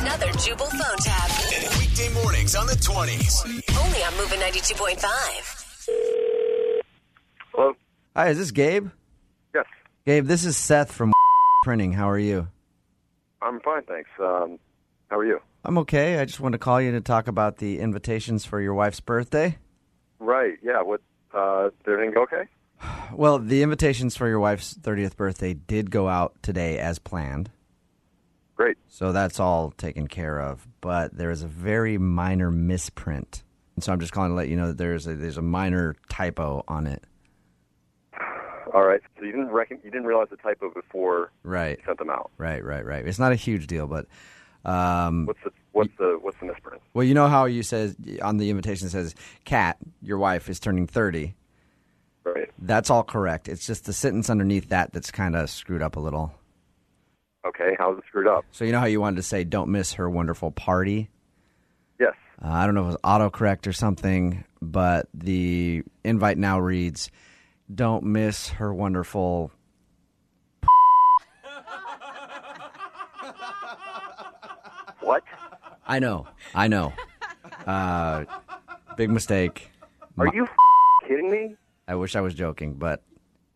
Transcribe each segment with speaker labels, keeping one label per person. Speaker 1: another Jubal phone tab.
Speaker 2: Weekday mornings on the 20s.
Speaker 1: Only on Moving 92.5.
Speaker 3: Hello.
Speaker 4: Hi, is this Gabe?
Speaker 3: Yes,
Speaker 4: Gabe, this is Seth from Printing. How are you?
Speaker 3: I'm fine, thanks. Um, how are you?
Speaker 4: I'm okay. I just wanted to call you to talk about the invitations for your wife's birthday.
Speaker 3: Right. Yeah. What? Uh, did everything go okay?
Speaker 4: Well, the invitations for your wife's 30th birthday did go out today as planned.
Speaker 3: Great.
Speaker 4: So that's all taken care of, but there is a very minor misprint. And so I'm just calling to let you know that there's a there's a minor typo on it.
Speaker 3: All right. So you didn't reckon you didn't realize the typo before
Speaker 4: Right.
Speaker 3: you sent them out.
Speaker 4: Right, right, right. It's not a huge deal, but um,
Speaker 3: What's the what's the what's the misprint?
Speaker 4: Well, you know how you says on the invitation it says, "Cat, your wife is turning 30."
Speaker 3: Right.
Speaker 4: That's all correct. It's just the sentence underneath that that's kind of screwed up a little.
Speaker 3: Okay. How's it screwed up?
Speaker 4: So you know how you wanted to say, "Don't miss her wonderful party."
Speaker 3: Yes.
Speaker 4: Uh, I don't know if it was autocorrect or something, but the invite now reads, "Don't miss her wonderful."
Speaker 3: What?
Speaker 4: I know, I know. Uh, big mistake.
Speaker 3: Are you f- kidding me?
Speaker 4: I wish I was joking, but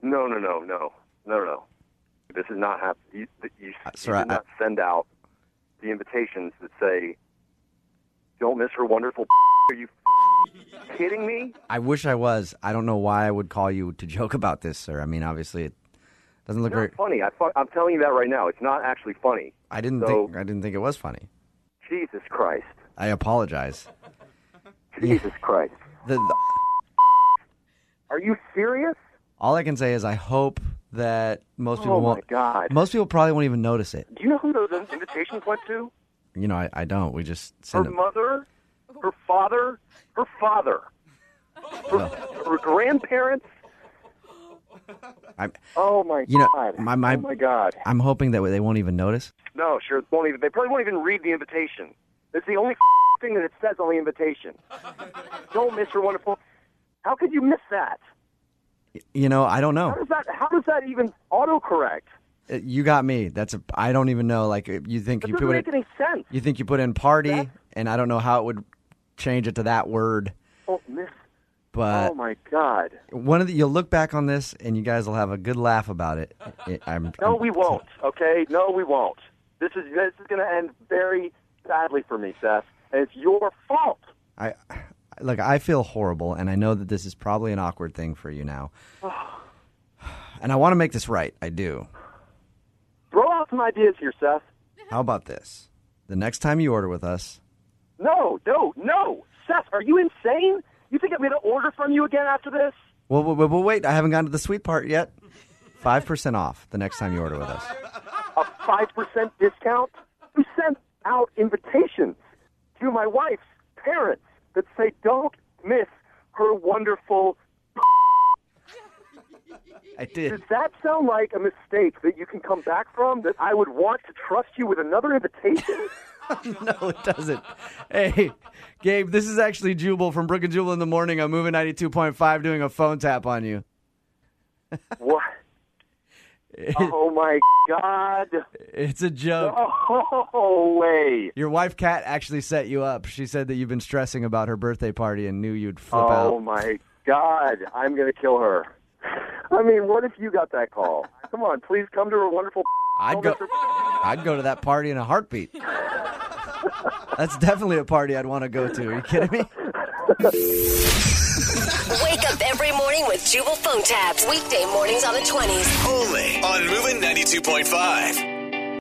Speaker 3: No, no, no, no, no, no. This is not happening. You, th- you,
Speaker 4: sir,
Speaker 3: you
Speaker 4: I-
Speaker 3: did not send out the invitations that say, "Don't miss her wonderful." Are you f- kidding me?
Speaker 4: I wish I was. I don't know why I would call you to joke about this, sir. I mean, obviously, it doesn't look very.
Speaker 3: Not funny. I fu- I'm telling you that right now. It's not actually funny.
Speaker 4: I didn't
Speaker 3: So-
Speaker 4: think. I didn't think it was funny.
Speaker 3: Jesus Christ.
Speaker 4: I apologize.
Speaker 3: Jesus Christ.
Speaker 4: The, the,
Speaker 3: Are you serious?
Speaker 4: all I can say is I hope that most people
Speaker 3: Oh, my
Speaker 4: won't.
Speaker 3: God.
Speaker 4: Most people probably won't even notice it.
Speaker 3: Do you know who those invitations went to?
Speaker 4: You know, I, I don't. We just
Speaker 3: Her
Speaker 4: send it.
Speaker 3: mother, her father, her father, her, her grandparents.
Speaker 4: I'm,
Speaker 3: Oh my
Speaker 4: You know,
Speaker 3: God.
Speaker 4: my- my-
Speaker 3: oh my God.
Speaker 4: I'm hoping that they won't even notice.
Speaker 3: No, sure. Won't even, they probably won't even read the invitation. It's the only thing that it says on the invitation. Don't miss her wonderful. How could you miss that?
Speaker 4: You know, I don't
Speaker 3: How
Speaker 4: know.
Speaker 3: does that? How does that even autocorrect?
Speaker 4: Uh, You got me. That's a. I don't even know. Like uh, you think
Speaker 3: That
Speaker 4: you
Speaker 3: doesn't
Speaker 4: put
Speaker 3: make
Speaker 4: it.
Speaker 3: any sense.
Speaker 4: You think you put in party, and I don't know how it would change it to that word.
Speaker 3: Don't miss.
Speaker 4: But
Speaker 3: oh my God.
Speaker 4: one of the you'll look back on this and you guys will have a good laugh about it. I- I'm-
Speaker 3: No,
Speaker 4: I'm-
Speaker 3: we won't. Okay. No, we won't. This is this is going to end very badly for me, Seth, and it's your fault.
Speaker 4: I look. I feel horrible, and I know that this is probably an awkward thing for you now. and I want to make this right. I do.
Speaker 3: Throw out some ideas here, Seth.
Speaker 4: How about this? The next time you order with us,
Speaker 3: No, no, no, Seth. Are you insane? You think I'm going to order from you again after this?
Speaker 4: well, well, well, well, wait. I haven't gotten to the sweet part yet. Five percent off the next time you order with us.
Speaker 3: A five percent discount? You sent out invitations to my wife's parents that say, "Don't miss her wonderful."
Speaker 4: I did.
Speaker 3: Does that sound like a mistake that you can come back from? That I would want to trust you with another invitation?
Speaker 4: No, it doesn't. Hey, Gabe, this is actually Jubal from Brook and Jubal in the morning. I'm moving ninety two point five, doing a phone tap on you.
Speaker 3: What? oh my God!
Speaker 4: It's a joke.
Speaker 3: Oh way!
Speaker 4: Your wife, Kat, actually set you up. She said that you've been stressing about her birthday party and knew you'd flip
Speaker 3: Oh
Speaker 4: out.
Speaker 3: my God! I'm gonna kill her. I mean, what if you got that call? Come on, please come to her wonderful.
Speaker 4: I'd go, I'd go to that party in a heartbeat. That's definitely a party I'd want to go to. Are you kidding me?
Speaker 1: Wake up every morning with Jubal phone tabs. Weekday mornings on the 20s.
Speaker 2: Only on Moving 92.5.